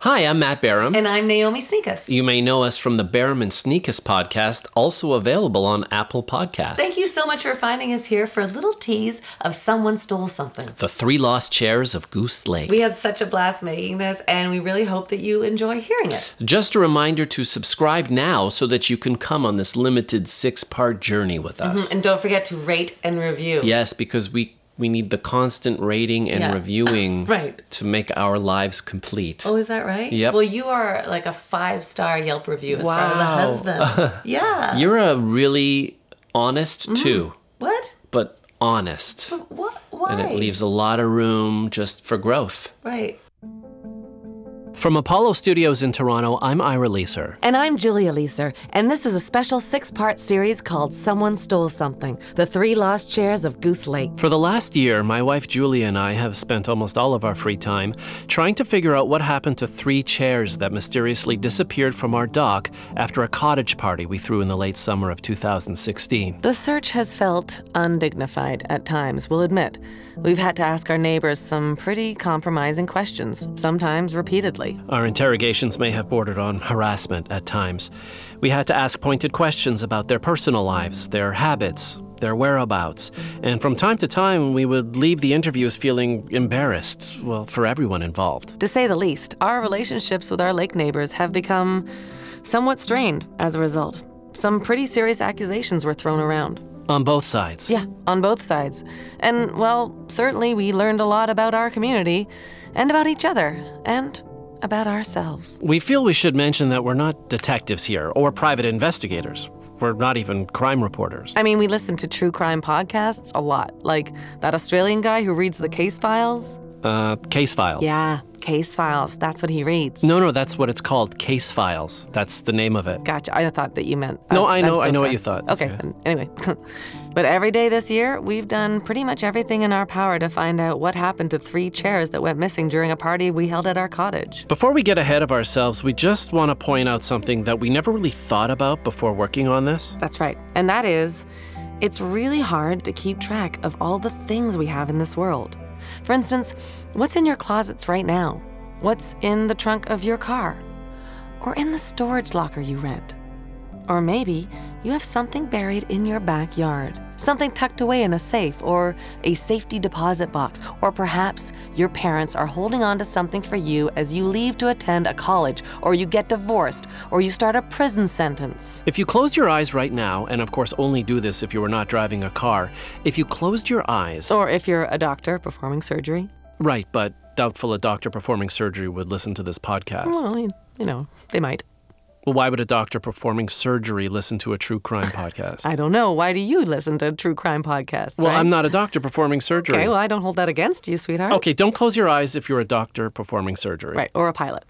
Hi, I'm Matt Barham. And I'm Naomi Sneakus. you may know us from the Barham and Sneakus podcast, also available on Apple Podcasts. Thank you so much for finding us here for a little tease of Someone Stole Something. The Three Lost Chairs of Goose Lake. We had such a blast making this, and we really hope that you enjoy hearing it. Just a reminder to subscribe now so that you can come on this limited six part journey with us. Mm-hmm, And don't forget to rate and review. Yes, because we we need the constant rating and Yeah. reviewing Right. to make our lives complete. Oh, is that right? Yep. Well, you are like a five star Yelp review as Wow. far as a husband. yeah. Mm-hmm. You're a really honest too, what? but honest. What? Why? And it leaves a lot of room just for growth. Right. From Apollo Studios in Toronto, I'm Ira Leeser. And I'm Julia Leeser, and this is a special six part series called Someone Stole Something The Three Lost Chairs of Goose Lake. For the last year, my wife Julia and I have spent almost all of our free time trying to figure out what happened to three chairs that mysteriously disappeared from our dock after a cottage party we threw in the late summer of 2016. The search has felt undignified at times, we'll admit. We've had to ask our neighbors some pretty compromising questions, sometimes repeatedly. Our interrogations may have bordered on harassment at times. We had to ask pointed questions about their personal lives, their habits, their whereabouts, and from time to time we would leave the interviews feeling embarrassed, well, for everyone involved. To say the least, our relationships with our lake neighbors have become somewhat strained as a result. Some pretty serious accusations were thrown around. On both sides. Yeah, on both sides. And, well, certainly we learned a lot about our community, and about each other, and about ourselves. We feel we should mention that we're not detectives here or private investigators. We're not even crime reporters. I mean, we listen to true crime podcasts a lot, like that Australian guy who reads the case files. Uh, case files. Yeah, case files. That's what he reads. No, no, that's what it's called. Case files. That's the name of it. Gotcha. I thought that you meant. No, I'm- I I'm know- so I know what sorry. you thought. That's Okay. Anyway, but every day this year, we've done pretty much everything in our power to find out what happened to three chairs that went missing during a party we held at our cottage. Before we get ahead of ourselves, we just want to point out something that we never really thought about before working on this. That's right, and that is, it's really hard to keep track of all the things we have in this world. For instance, what's in your closets right now? What's in the trunk of your car? Or in the storage locker you rent? Or maybe you have something buried in your backyard, something tucked away in a safe or a safety deposit box, or perhaps your parents are holding on to something for you as you leave to attend a college, or you get divorced, or you start a prison sentence. If you close your eyes right now, and of course only do this if you were not driving a car, if you closed your eyes, Or if you're a doctor performing surgery. right, but doubtful a doctor performing surgery would listen to this podcast. Well, you you know, they might. Well, why would a doctor performing surgery listen to a true crime podcast? I don't know. Why do you listen to true crime podcasts? well, right? I'm not a doctor performing surgery. Okay, well, I don't hold that against you, sweetheart. okay, don't close your eyes if you're a doctor performing surgery. Right, or a pilot.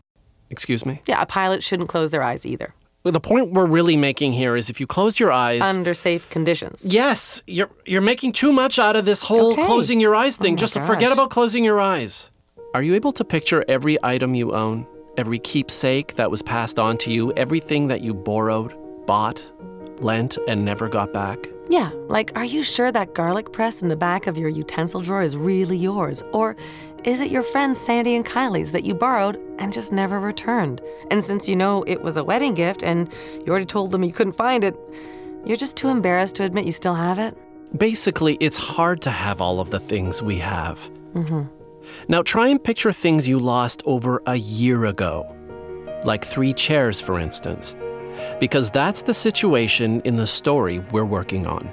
Excuse me? Yeah, a pilot shouldn't close their eyes either Well, the point we're really making here is if you close your eyes, under safe conditions. Yes, you're you're making too much out of this whole Okay. Oh closing your eyes thing. my Just gosh. forget about closing your eyes. Are you able to picture every item you own, every keepsake that was passed on to you, everything that you borrowed, bought, lent, and never got back? Yeah, like, are you sure that garlic press in the back of your utensil drawer is really yours? Or is it your friends Sandy and Kylie's that you borrowed and just never returned? And since you know it was a wedding gift and you already told them you couldn't find it, you're just too embarrassed to admit you still have it? Basically, it's hard to have all of the things we have. Mm-hmm. Now, try and picture things you lost over a year ago, like three chairs, for instance, because that's the situation in the story we're working on.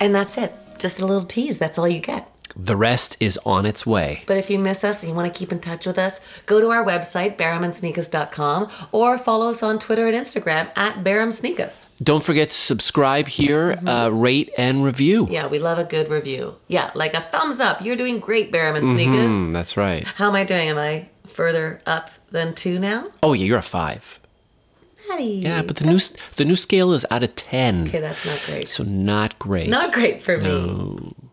And that's it. Just a little tease. That's all you get. The rest is on its way. But if you miss us and you want to keep in touch with us, go to our website, barhamandsneakers.com, or follow us on Twitter and Instagram at barhamsneakers. Don't forget to subscribe here, uh, rate, and review. Yeah, we love a good review. Yeah, like a thumbs up. You're doing great, Barham and Sneakers. Mm, that's right. How am I doing? Am I further up than two now? Oh yeah, you're a five. Maddie. Yeah, but the new s- the new scale is out of ten, Okay, that's not great. so not great. Not great for me.